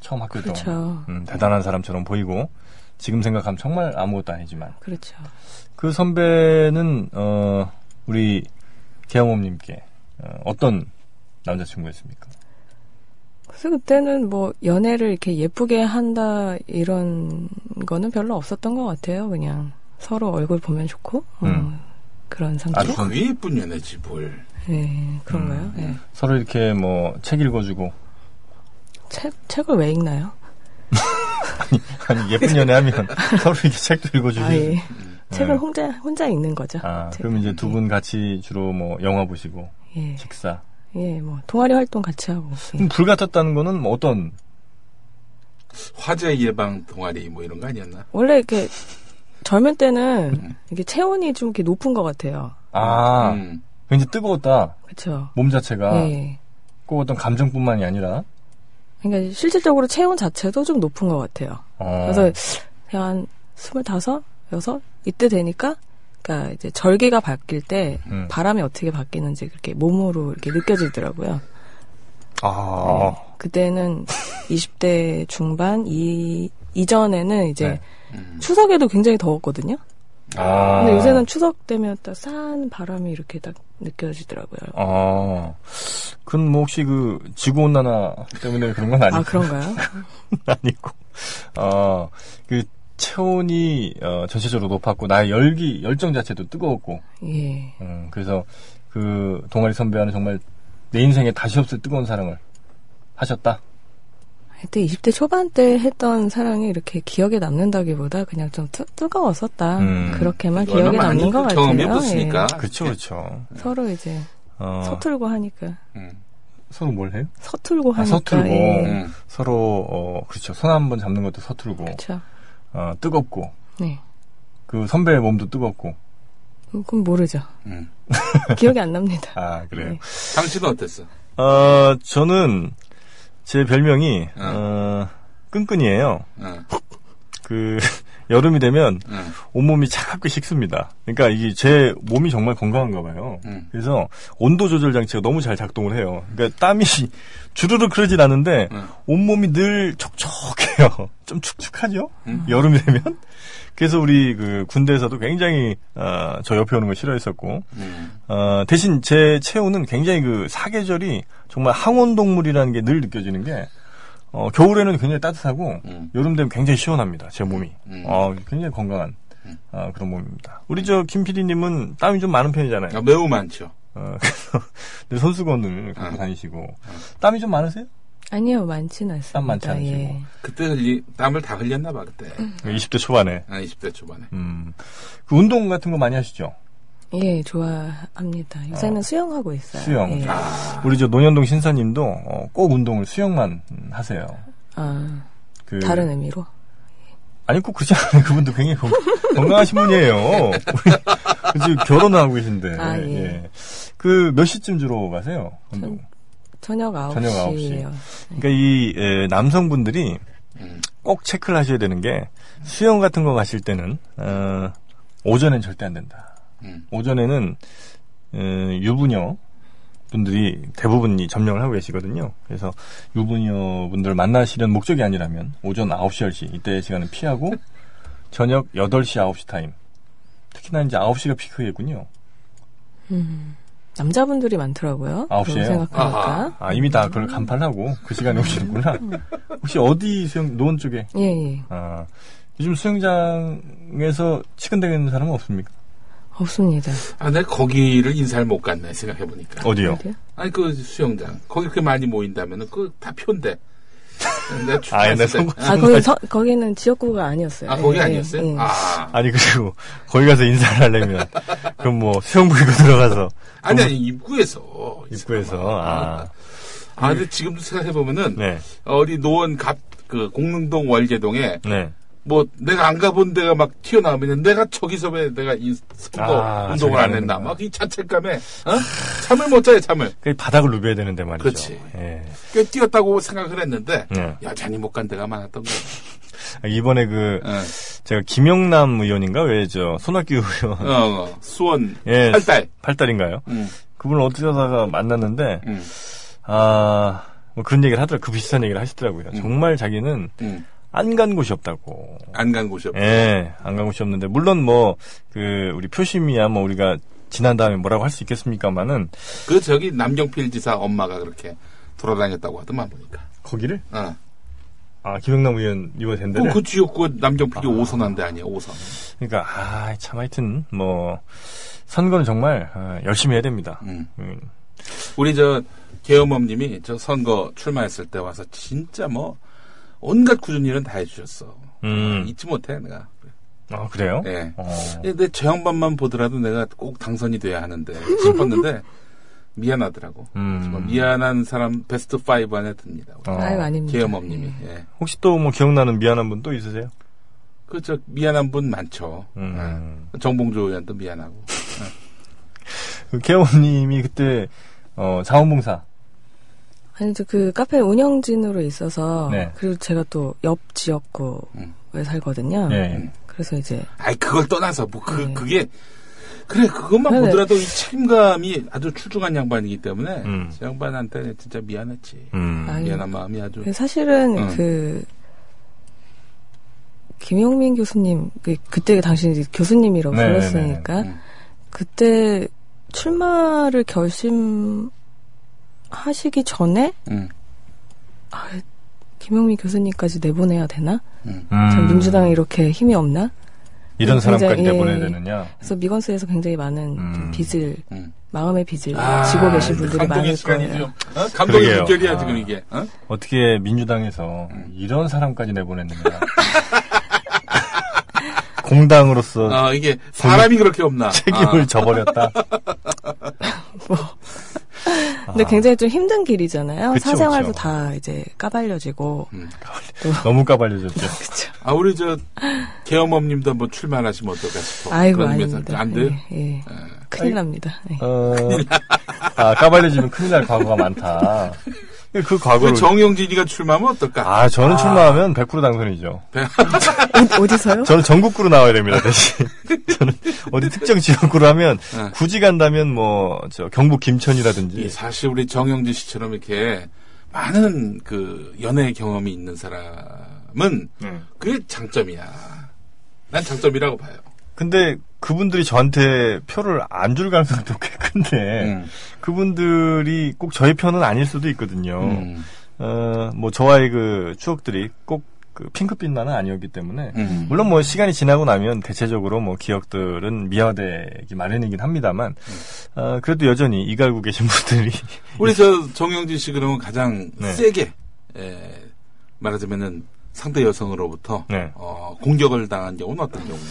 처음 학교 동안
그렇죠.
음, 대단한 사람처럼 보이고 지금 생각하면 정말 아무것도 아니지만
그렇죠.
그 선배는 어 우리 개영호님께 어, 떤 남자친구였습니까?
그래서 그때는 뭐 연애를 이렇게 예쁘게 한다 이런 거는 별로 없었던 것 같아요. 그냥 서로 얼굴 보면 좋고 어,
음.
그런 상태.
아주 음. 선-
그게 예쁜 연애지, 뭘.
예, 그런가요? 예.
서로 이렇게 뭐 책 읽어주고
책 책을 왜 읽나요?
아니 예쁜 연애하면 서로 이렇게 책도 읽어주시고
아, 예.
예.
책을 혼자 혼자 읽는 거죠.
아,
책.
그럼 이제 두 분 같이 주로 뭐 영화 보시고
예,
식사.
예, 뭐 동아리 활동 같이 하고. 예.
그럼 불 같았다는 거는 뭐 어떤?
화재 예방 동아리 뭐 이런 거 아니었나?
원래 이렇게 젊을 때는 이게 체온이 좀 이렇게 높은 것 같아요.
아,
음.
왠지 뜨거웠다.
그렇죠.
몸 자체가
예.
꼭 어떤 감정뿐만이 아니라.
그러니까 실질적으로 체온 자체도 좀 높은 것 같아요.
어,
그래서 그냥 한 스물다섯, 여섯 이때 되니까 그러니까 이제 절기가 바뀔 때
음.
바람이 어떻게 바뀌는지 그렇게 몸으로 이렇게 느껴지더라고요. 네.
아,
그때는 20대 중반 이 이전에는 이제
네.
음.
추석에도 굉장히 더웠거든요.
아.
네. 근데 요새는 추석 되면 딱 싸한 바람이 이렇게 딱 느껴지더라고요.
아, 그건 뭐 혹시 그 지구 온난화 때문에 그런 건 아니고.
아 그런가요?
아니고. 아, 그 체온이 어, 전체적으로 높았고 나의 열기 열정 자체도 뜨거웠고.
예.
음, 그래서 그 동아리 선배와는 정말 내 인생에 다시 없을 뜨거운 사랑을 하셨다.
그때 20대 초반 때 했던 사랑이 이렇게 기억에 남는다기보다 그냥 좀 뜨, 뜨거웠었다.
음.
그렇게만
얼마
기억에
많이
남는 것 같아요.
경험해봤으니까.
그렇죠, 그렇죠.
예. 서로 이제
어,
서툴고 하니까.
음.
서로 뭘 해요?
서툴고
아,
하니까.
서툴고
예.
음.
서로 어, 그렇죠. 손 한 번 잡는 것도 서툴고
그렇죠.
어, 뜨겁고
네.
그 선배의 몸도 뜨겁고.
그건 모르죠.
음.
기억이 안 납니다.
아 그래요.
네.
당신은 어땠어?
어, 저는 제 별명이
어.
어, 끈끈이에요.
응.
그 여름이 되면
응.
온몸이 차갑게 식습니다. 그러니까 이게 제 몸이 정말 건강한가 봐요.
음.
그래서 온도 조절 장치가 너무 잘 작동을 해요. 그러니까 땀이 주르륵 흐르진 않는데
응.
온몸이 늘 촉촉해요. 좀 축축하죠?
음.
여름이 되면. 그래서 우리 그 군대에서도 굉장히 어, 저 옆에 오는 걸 싫어했었고
음.
어, 대신 제 체온은 굉장히 그 사계절이 정말 항온동물이라는 게 늘 느껴지는 게, 어, 겨울에는 굉장히 따뜻하고,
음.
여름 되면 굉장히 시원합니다. 제 몸이.
음.
어, 굉장히 건강한.
음.
어, 그런 몸입니다. 우리 저 김PD님은 땀이 좀 많은 편이잖아요.
아, 매우 많죠.
어, 그래서 늘 손수건을 갖고
음.
다니시고 땀이 좀 많으세요?
아니요, 많진 않습니다.
땀 많지 않으시고.
예.
그때 흘리, 땀을 다 흘렸나 봐, 그때.
음.
20대 초반에.
아, 20대 초반에.
음, 그 운동 같은 거 많이 하시죠?
예, 좋아합니다. 요새는 수영하고 있어요.
뭐. 어. 수영.
예. 아.
우리 저 노현동 신사님도 어, 꼭 운동을 수영만 음, 하세요. 그
아, 다른 의미로.
아니 꼭 그렇지 않아요. 그분도 굉장히 건- 건강하신 분이에요. 우리 지금 결혼하고 계신데.
아, 예.
그 몇 시쯤 주로 가세요? 운동?
저녁 9시에요.
저녁 9시. 그러니까 이 에, 남성분들이
음.
꼭 체크를 하셔야 되는 게 수영 같은 거 가실 때는 어, 오전엔 절대 안 된다.
음.
오전에는 어, 유부녀 분들이 대부분 이 점령을 하고 계시거든요. 그래서 유부녀 분들 만나시려는 목적이 아니라면 오전 9시, 10시 이때 시간은 피하고 저녁 8시, 9시 타임. 특히나 이제 9시가 피크겠군요.
음, 남자분들이 많더라고요.
아홉
그러고
시에요?
생각하니까.
아하.
아, 이미 다 그걸 간파를 하고 그 시간에 오시는구나. 혹시 어디 수영, 노원 쪽에?
예, 예.
아, 요즘 수영장에서 치근대는 사람은 없습니까?
없습니다.
아, 내가 거기를 인사를 못 갔네, 생각해보니까.
어디요?
어디요?
아니, 그 수영장. 거기 그렇게 많이 모인다면은, 그 다 표인데. 내가 주-
아, 옛날
갔을 때-
선거-
아, 거기 서, 거기는 지역구가 아니었어요.
아, 거기
예,
아니었어요?
예.
아.
아니, 그리고 거기 가서 인사를 하려면 그럼 뭐 수영복 입고 들어가서
아니, 아니, 입구에서. 이
입구에서,
사람아.
아.
아, 근데 지금도 생각해보면은,
네,
어디 노원 갑, 그 공릉동 월계동에
네.
뭐 내가 안 가본 데가 막 튀어나오면 내가 저기서 왜 내가 이 선거
아,
운동을 안
저기 아.
했나
하는구나.
막 이 자책감에 어? 잠을 못 자요 잠을
그 바닥을 누벼야 되는데 말이죠.
그렇지.
예.
꽤 뛰었다고 생각을 했는데
예.
여전히 못 간 데가 많았던 거예요.
이번에 그
예.
제가 김영남 의원인가 왜 저 손학규 의원
어, 어, 수원
아. 예.
팔달.
팔달인가요?
음,
그분을 어떻게 하다가 만났는데
음,
아. 뭐 그런 얘기를 하더라고요. 그 비슷한 얘기를 하시더라고요. 정말 자기는
음.
안 간 곳이 없다고.
안 간 곳이 없.
예, 안 간 곳이 없는데 물론 뭐 그 우리 표심이야 뭐 우리가 지난 다음에 뭐라고 할 수 있겠습니까만은
그 저기 남경필 지사 엄마가 그렇게 돌아다녔다고 하더만 보니까.
거기를
어.
아 김영남 의원 이번 된대.
어,
그, 그 지역구 남경필이 오선한데 아니야 오선.
그러니까 아, 참 하여튼 뭐 선거는 정말 아, 열심히 해야 됩니다.
음.
음,
우리 저 개엄엄님이 저 선거 출마했을 때 와서 진짜 뭐 온갖 꾸준 일은 다 해주셨어.
음.
잊지 못해 내가.
아 그래요?
네.
예.
어.
근데 제 양반만 보더라도 내가 꼭 당선이 돼야 하는데 싶었는데 미안하더라고.
음.
정말 미안한 사람 베스트 5 안에 듭니다.
어. 음.
아유, 아닙니다.
개엄엄님이. 예.
혹시 또 뭐 기억나는 미안한 분 또 있으세요?
그저 미안한 분 많죠.
네.
음.
예. 정봉주 의원도 미안하고.
그 개원님이 그때 어, 자원봉사.
아니, 저그 카페 운영진으로 있어서
네.
그리고 제가 또 옆 지역구에
음.
살거든요.
예, 예.
음.
그래서 이제
아이 그걸 떠나서 뭐 그
네.
그게 그래 그것만
네, 네.
보더라도 이 책임감이 아주 출중한 양반이기 때문에
음.
저 양반한테 진짜 미안했지.
음.
아유.
미안한 마음이 아주
그 사실은
음.
그 김용민 교수님 그- 그때 당신 이제 교수님이라고
네,
불렀으니까
네, 네, 네.
그때 출마를 결심하시기 전에
음,
아, 김용민 교수님까지 내보내야 되나?
음.
전
음.
민주당이 이렇게 힘이 없나?
이런 사람까지
굉장히- 예.
내보내야 되느냐?
그래서 미건수에서 굉장히 많은 좀
음.
빚을
음.
마음의 빚을
아,
지고 계신 분들이 많을
감동의 시간이
거예요.
지금, 어? 감동의
그러게요.
물결이야
아.
지금 이게. 어?
어떻게 민주당에서
음.
이런 사람까지 내보냈느냐? 공당으로서
아.
어, 이게 사람이 그렇게 없나. 아,
책임을 져버렸다.
근데 굉장히 좀 힘든 길이잖아요.
아. 그쵸,
사생활도
그쵸. 음,
다 이제 까발려지고
너무 까발려졌죠.
그쵸.
아, 아, 우리 저 개엄엄님도 한번 출마하시면 어떨까 싶어.
아이고
그런 의미에서.
아닙니다.
안 돼요?
예, 예. 큰일 납니다. 예.
어, 아, 까발려지면 큰일 날 과거가 많다. 그 과거를.
그 정영진이가 출마하면 어떨까?
아, 저는 출마하면 100% 당선이죠.
어- 어디서요?
아, 저는 전국구로 나와야 됩니다, 대신. 저는 어디 특정 지역구로 하면,
네. 예.
굳이 간다면 뭐, 저, 경북 김천이라든지.
이 사실 우리 정영진 씨처럼 이렇게 많은 그 연애 경험이 있는 사람은 그게 장점이야. 난 장점이라고 봐요.
근데 그분들이 저한테 표를 안 줄 가능성도 꽤 큰데,
음.
그분들이 꼭 저의 편은 아닐 수도 있거든요.
음.
어, 뭐, 저와의 그 추억들이 꼭 그 핑크빛 나는 아니었기 때문에,
음.
물론 뭐 시간이 지나고 나면 대체적으로 뭐 기억들은 미화되기 마련이긴 합니다만
음.
어, 그래도 여전히 이갈고 계신 분들이
우리 저 정영진 씨 그러면 가장
네.
세게 에, 말하자면은 상대 여성으로부터
네.
어, 공격을 당한 경우는 어떤 경우예요?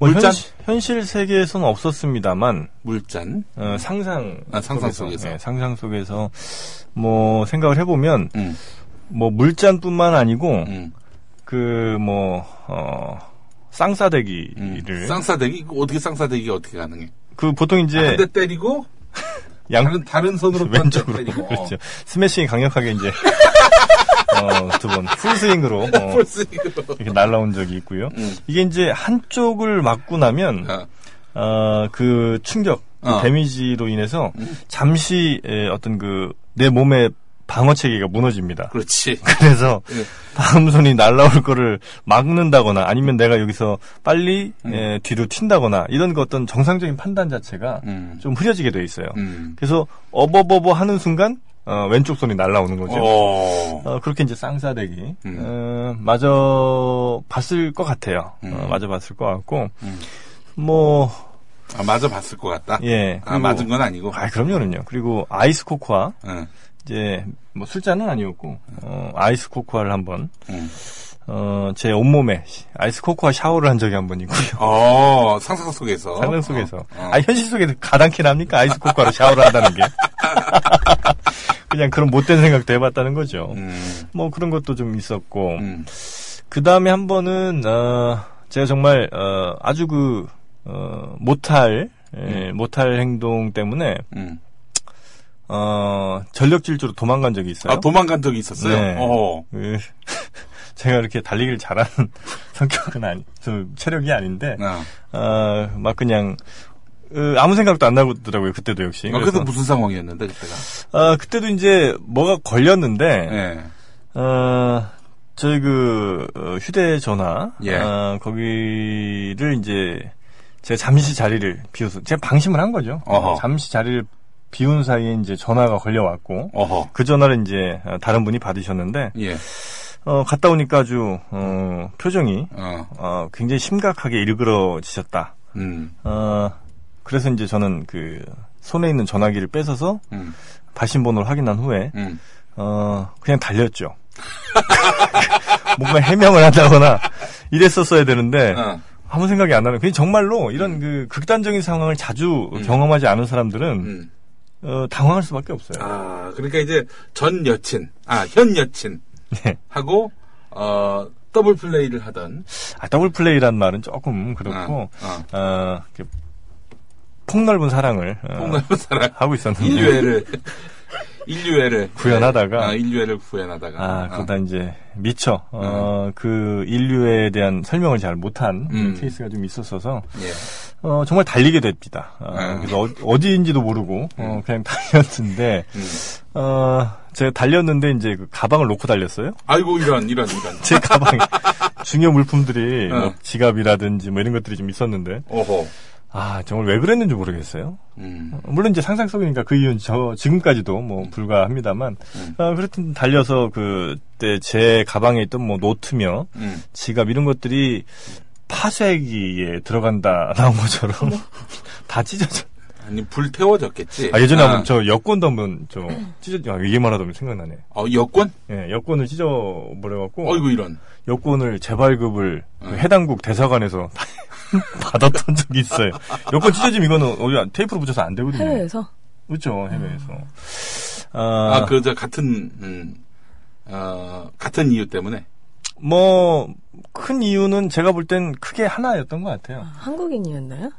뭐
물잔?
현, 실 세계에서는 없었습니다만
물잔.
어, 상상
아, 상상 속에서.
예, 상상 속에서 뭐 생각을 해보면
음,
뭐 물잔뿐만 아니고
음,
그 뭐 어,
음.
쌍싸대기를
쌍싸대기 이거 어떻게 쌍싸대기 어떻게 가능해?
그 보통 이제
한 대 때리고
양
다른 다른 손으로 또한대
왼쪽으로
때리고.
그렇죠. 스매싱이 강력하게 이제 어, 두번 풀스윙으로 어,
폴스 이거.
이렇게 날라온 적이 있고요.
음.
이게 이제 한쪽을 맞고 나면
어,
어, 그 충격, 그
어. 음.
데미지로 인해서 잠시 에, 어떤 그 내 몸의 방어 체계가 무너집니다.
그렇지.
그래서
예.
다음 손이 날라올 거를 막는다거나 아니면 내가 여기서 빨리
음.
에, 뒤로 튄다거나 이런 그 어떤 정상적인 판단 자체가
음.
좀 흐려지게 돼 있어요.
음.
그래서 어버버버 하는 순간 어, 왼쪽 손이 날라오는 거죠.
어.
어, 그렇게 이제 쌍사대기.
음.
어, 맞아 봤을 것 같아요.
음.
어, 맞아 봤을 것 같고.
음.
뭐,
아, 맞아 봤을 것 같다.
예.
아, 맞은 건 아니고.
아, 그럼요,는요. 그리고 아이스 코코아.
응,
이제, 뭐 술잔은 아니었고, 어, 아이스 코코아를 한 번,
응.
어, 제 온몸에 시- 아이스 코코아 샤워를 한 적이 한 번 있고요.
어, 상상 속에서.
상상 속에서.
어.
아, 현실 속에서 가당키나 합니까? 아이스 코코아로 샤워를 한다는 게. 그냥 그런 못된 생각도 해봤다는 거죠.
음,
뭐 그런 것도 좀 있었고,
음,
그 다음에 한 번은 어, 제가 정말 어, 아주 그 어, 못할 예, 못할 행동 때문에
음.
어, 전력 질주로 도망간 적이 있어요.
아, 도망간 적이 있었어요?
네.
어.
그, 제가 이렇게 달리기를 잘하는 성격은 아니, 좀 체력이 아닌데
아.
어, 막 그냥 으, 아무 생각도 안 나더라고요 그때도 역시.
아, 그래서
그래서,
무슨 상황이었는데, 그때가?
아, 그때도 이제 뭐가 걸렸는데
예.
어, 저희 그 어, 휴대전화
예.
어, 거기를 이제 제가 잠시 자리를 비워서 제가 방심을 한 거죠.
어허.
잠시 자리를 비운 사이에 이제 전화가 걸려왔고
어허.
그 전화를 이제 어, 다른 분이 받으셨는데
예.
어, 갔다 오니까 아주 어, 표정이
어.
어, 굉장히 심각하게 일그러지셨다.
음.
어, 그래서 이제 저는 그 손에 있는 전화기를 뺏어서
음.
발신번호를 확인한 후에
음.
어, 그냥 달렸죠. 뭔가 해명을 한다거나 이랬었어야 되는데
어. 음.
아무 생각이 안 나는. 그냥 정말로 이런 그 극단적인 상황을 자주 경험하지 않은 사람들은
음.
어, 당황할 수밖에 없어요.
아, 그러니까 이제 전 여친, 아, 현 여친.
네.
하고, 어, 더블 플레이를 하던.
아, 더블 플레이란 말은 조금 그렇고
어,
어, 이렇게 폭넓은 사랑을 어,
폭넓은 사랑.
하고 있었는데
인류애를. 인류애를.
구현하다가.
아, 인류애를 구현하다가.
아,
어.
그러다 이제 미처 어, 그 인류에 대한 설명을 잘 못한
음.
케이스가 좀 있었어서
예.
어, 정말 달리게 됩니다. 어,
음.
그래서 어, 디인지도 모르고 어, 그냥 달렸는데
음.
어, 제가 달렸는데 이제 그 가방을 놓고 달렸어요.
아이고, 이런, 이런, 이런.
제 가방에 중요 물품들이 뭐
어.
지갑이라든지 뭐 이런 것들이 좀 있었는데
어허.
아 정말 왜 그랬는지 모르겠어요.
음.
물론 이제 상상 속이니까 그 이유는 저 지금까지도 뭐 불가합니다만
음.
아, 그렇든 달려서 그때 제 가방에 있던 뭐 노트며
음.
지갑 이런 것들이 파쇄기에 들어간다 나온 것처럼 다 찢어져.
아니, 불태워졌겠지.
아, 예전에
아,
한번 저 여권도 한번 저 찢어. 아, 얘기만 하다 보면 생각나네.
어, 여권?
예, 여권을 찢어 버려갖고
어이구, 이런.
여권을 재발급을
네.
그 해당국 대사관에서 받았던 적이 있어요. 여권 찢어지면 이거는 어디 테이프로 붙여서 안 되거든요.
해외에서 음.
그렇죠 해외에서.
아,
아,
그, 저, 같은, 음, 어, 같은 이유 때문에.
뭐 큰 이유는 제가 볼 땐 크게 하나였던 것 같아요.
한국인이었나요?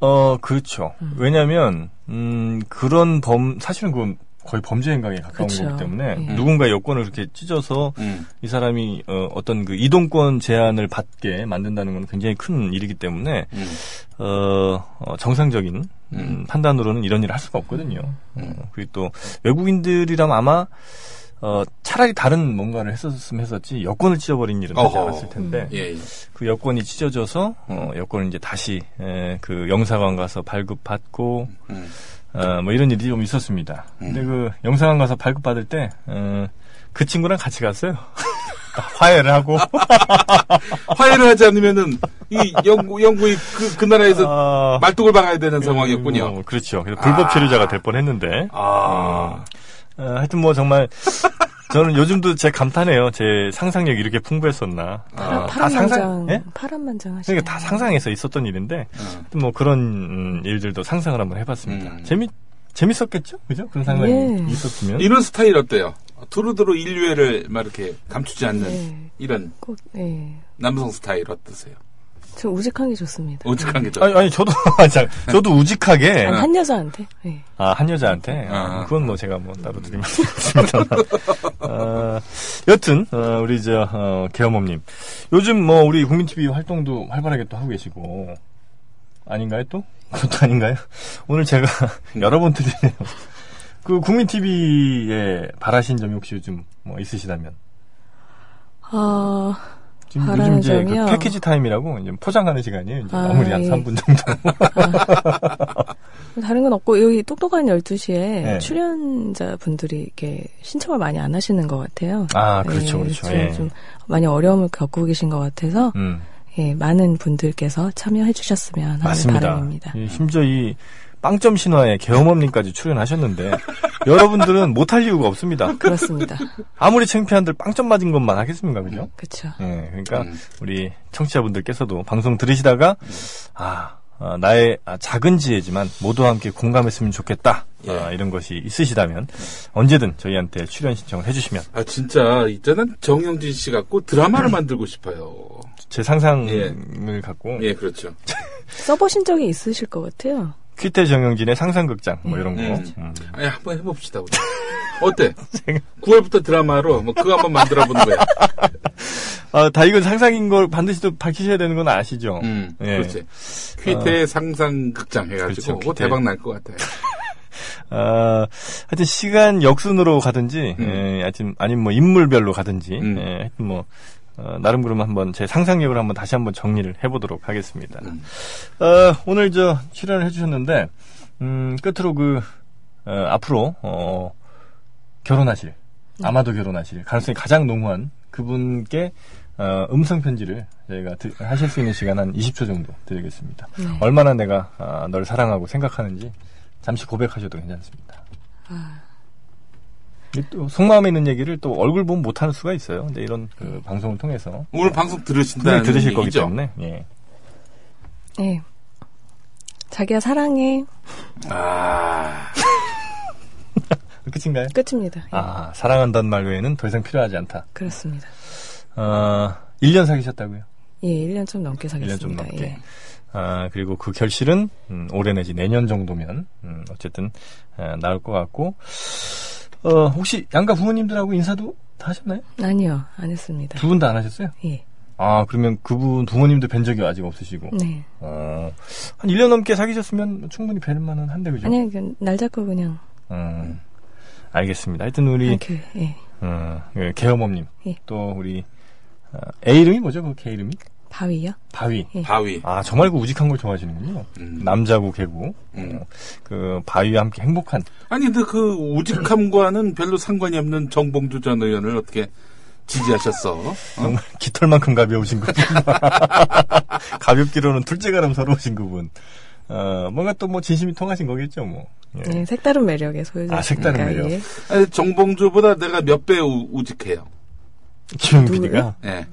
어, 그렇죠. 왜냐면, 음, 그런 범, 사실은 그건 거의 범죄 행각에 가까운
그쵸.
거기 때문에
예.
누군가 여권을 그렇게 찢어서
음.
이 사람이 어, 어떤 그 이동권 제한을 받게 만든다는 건 굉장히 큰 일이기 때문에
음.
어, 어, 정상적인 음,
음.
판단으로는 이런 일을 할 수가 없거든요. 어, 그리고 또 외국인들이라면 아마 어, 차라리 다른 뭔가를 했었으면 했었지 여권을 찢어버린 일은 하지
어허.
않았을 텐데
예, 예.
그 여권이 찢어져서 어, 여권을 이제 다시 에, 그 영사관 가서 발급받고
음.
어, 뭐 이런 일이 좀 있었습니다. 근데 그 영사관 가서 발급받을 때 어, 그 친구랑 같이 갔어요. 화해를 하고
화해를 하지 않으면은, 이 영구, 영구이 그, 그 나라에서
아,
말뚝을 박아야 되는 상황이었군요.
뭐, 그렇죠. 그래서 불법 체류자가 될 뻔했는데
아,
어, 하여튼 뭐 정말 저는 요즘도 제 감탄해요. 제 상상력 이렇게 풍부했었나.
파란,
아,
파란
상상-
만장
예?
파란 만장 하시네.
그러니까 다 상상해서 있었던 일인데
음.
뭐 그런 음, 일들도 상상을 한번 해봤습니다.
음.
재미 재밌었겠죠, 그죠? 그런 상황이
예.
있었으면
이런 스타일 어때요? 두루두루 인류애를 막 이렇게 감추지 않는
네.
이런
꼭 예.
남성 스타일 어떠세요?
저 우직한 게 좋습니다.
오직한 게 좋아요.
아니, 아니 저도 자, 저도 우직하게
아니, 한 여자한테. 예.
아, 한 여자한테 아,
아.
그건 뭐 제가 뭐 따로 드리면 좋습니다만 어, 여튼 어, 우리 저 어, 개어머님 요즘 뭐 우리 국민 TV 활동도 활발하게 또 하고 계시고 아닌가요 또 그것도 아닌가요 오늘 제가 여러 번 드리네요 그 국민 TV에 바라신 점이 혹시 요즘 뭐 있으시다면
아,
지금
바라는
요즘 이제 그
점이요?
패키지 타임이라고 이제 포장하는 시간이에요 이제
아,
마무리 한
예.
3분 정도
뭐 다른 건 없고 여기 똑똑한 12시에
네.
출연자분들이 이렇게 신청을 많이 안 하시는 것 같아요.
아, 그렇죠,
예,
그렇죠.
좀,
예.
좀 많이 어려움을 겪고 계신 것 같아서
음.
예, 많은 분들께서 참여해 주셨으면
네,
하는
맞습니다.
바람입니다.
예, 심지어 이 빵점 신화에 개엄엄님까지 출연하셨는데 여러분들은 못할 이유가 없습니다.
그렇습니다.
아무리 창피한들 빵점 맞은 것만 하겠습니까, 그죠?
그렇죠.
예, 그러니까
네. 음.
우리 청취자분들께서도 방송 들으시다가 아 어, 나의 아, 작은 지혜지만 모두와 함께 공감했으면 좋겠다
예.
아, 이런 것이 있으시다면 언제든 저희한테 출연 신청을 해주시면
아 진짜 이때는 정영진 씨 갖고 드라마를 만들고 싶어요.
제 상상을 갖고
예, 그렇죠.
써보신 적이 있으실 것 같아요.
퀴테 정영진의 상상극장 뭐 이런 거
음.
음.
아니 한번 해봅시다. 우리. 어때? 9월부터 드라마로 뭐 그거 한번 만들어보는 거야.
아, 다 이건 상상인 걸 반드시 또 밝히셔야 되는 건 아시죠?
음,
예.
그렇지. 퀴테 상상극장 해가지고
그렇죠,
그거
퀴테.
대박 날 것 같아요.
아, 하여튼 시간 역순으로 가든지,
음.
예, 하여튼 아니면 뭐 인물별로 가든지,
음.
예, 하여튼 뭐 어, 나름 그러면 한번 제 상상력을 한번 다시 한번 정리를 해보도록 하겠습니다.
음.
어, 오늘 저 출연을 해주셨는데, 음, 끝으로 그 어, 앞으로 어, 결혼하실 아마도 결혼하실 가능성이 가장 농후한 그분께 어, 음성 편지를 저희가 드- 하실 수 있는 시간 한 20초 정도 드리겠습니다. 얼마나 내가 아, 널 사랑하고 생각하는지 잠시 고백하셔도 괜찮습니다. 이게 또 속마음에 있는 얘기를 또 얼굴 보면 못할 수가 있어요. 근데 이런 그 방송을 통해서
오늘 방송 들으신다는
분명히 들으실 거기
얘기죠?
때문에 예.
예. 자기야 사랑해.
아,
그 끝인가요?
끝입니다. 예,
아 사랑한다는 말 외에는 더 이상 필요하지 않다.
그렇습니다.
어, 1년 사귀셨다고요?
예, 1년 좀 넘게
1년 좀
사겠습니다.
넘게.
예.
아, 그리고 그 결실은, 음, 올해 내지 내년 정도면, 음, 어쨌든, 아, 나올 것 같고, 어, 혹시 양가 부모님들하고 인사도 다 하셨나요?
아니요, 안 했습니다.
두 분 다 안 하셨어요?
예.
아, 그러면 그분 부모님도 뵌 적이 아직 없으시고,
네.
어, 한 1년 넘게 사귀셨으면 충분히 뵐 만은 한데, 그죠?
아니, 그날 잡고 그냥
음, 알겠습니다. 하여튼 우리,
이렇게 예.
어, 예, 개어머님,
예.
또 우리, 어, 애 이름이 뭐죠? 그 개 이름이?
바위요?
바위.
예.
바위.
아, 정말 그 우직한 걸 좋아하시는군요.
음.
남자고 개고,
음.
어, 그 바위와 함께 행복한
아니 근데 그 우직함과는 별로 상관이 없는 정봉주 전 의원을 어떻게 지지하셨어? 어?
정말 깃털만큼 가벼우신 그분. 가볍기로는 둘째가람 서러우신 그분. 어, 뭔가 또 뭐 진심이 통하신 거겠죠, 뭐. 예.
예, 색다른 매력의 소유자.
아, 색다른 매력.
예.
아니, 정봉주보다 내가 몇 배 우직해요.
김용
누구요?
PD가
예.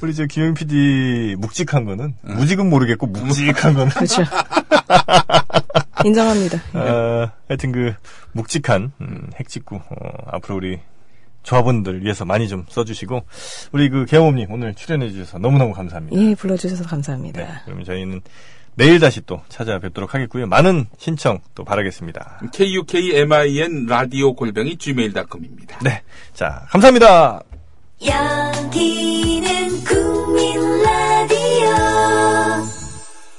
우리 저 김용 PD 묵직한 거는 무직은 모르겠고 묵직한 거는
그렇죠. 인정합니다.
어, 하여튼 그 묵직한 음, 핵직구 어, 앞으로 우리 조합원들 위해서 많이 좀 써주시고 우리 그 개호님 오늘 출연해 주셔서 너무너무 감사합니다.
예, 불러주셔서
네,
감사합니다.
그러면 저희는 내일 다시 또 찾아뵙도록 하겠고요. 많은 신청 또 바라겠습니다.
KUKMIN 라디오 골뱅이 gmail.com입니다.
네. 자, 감사합니다.
야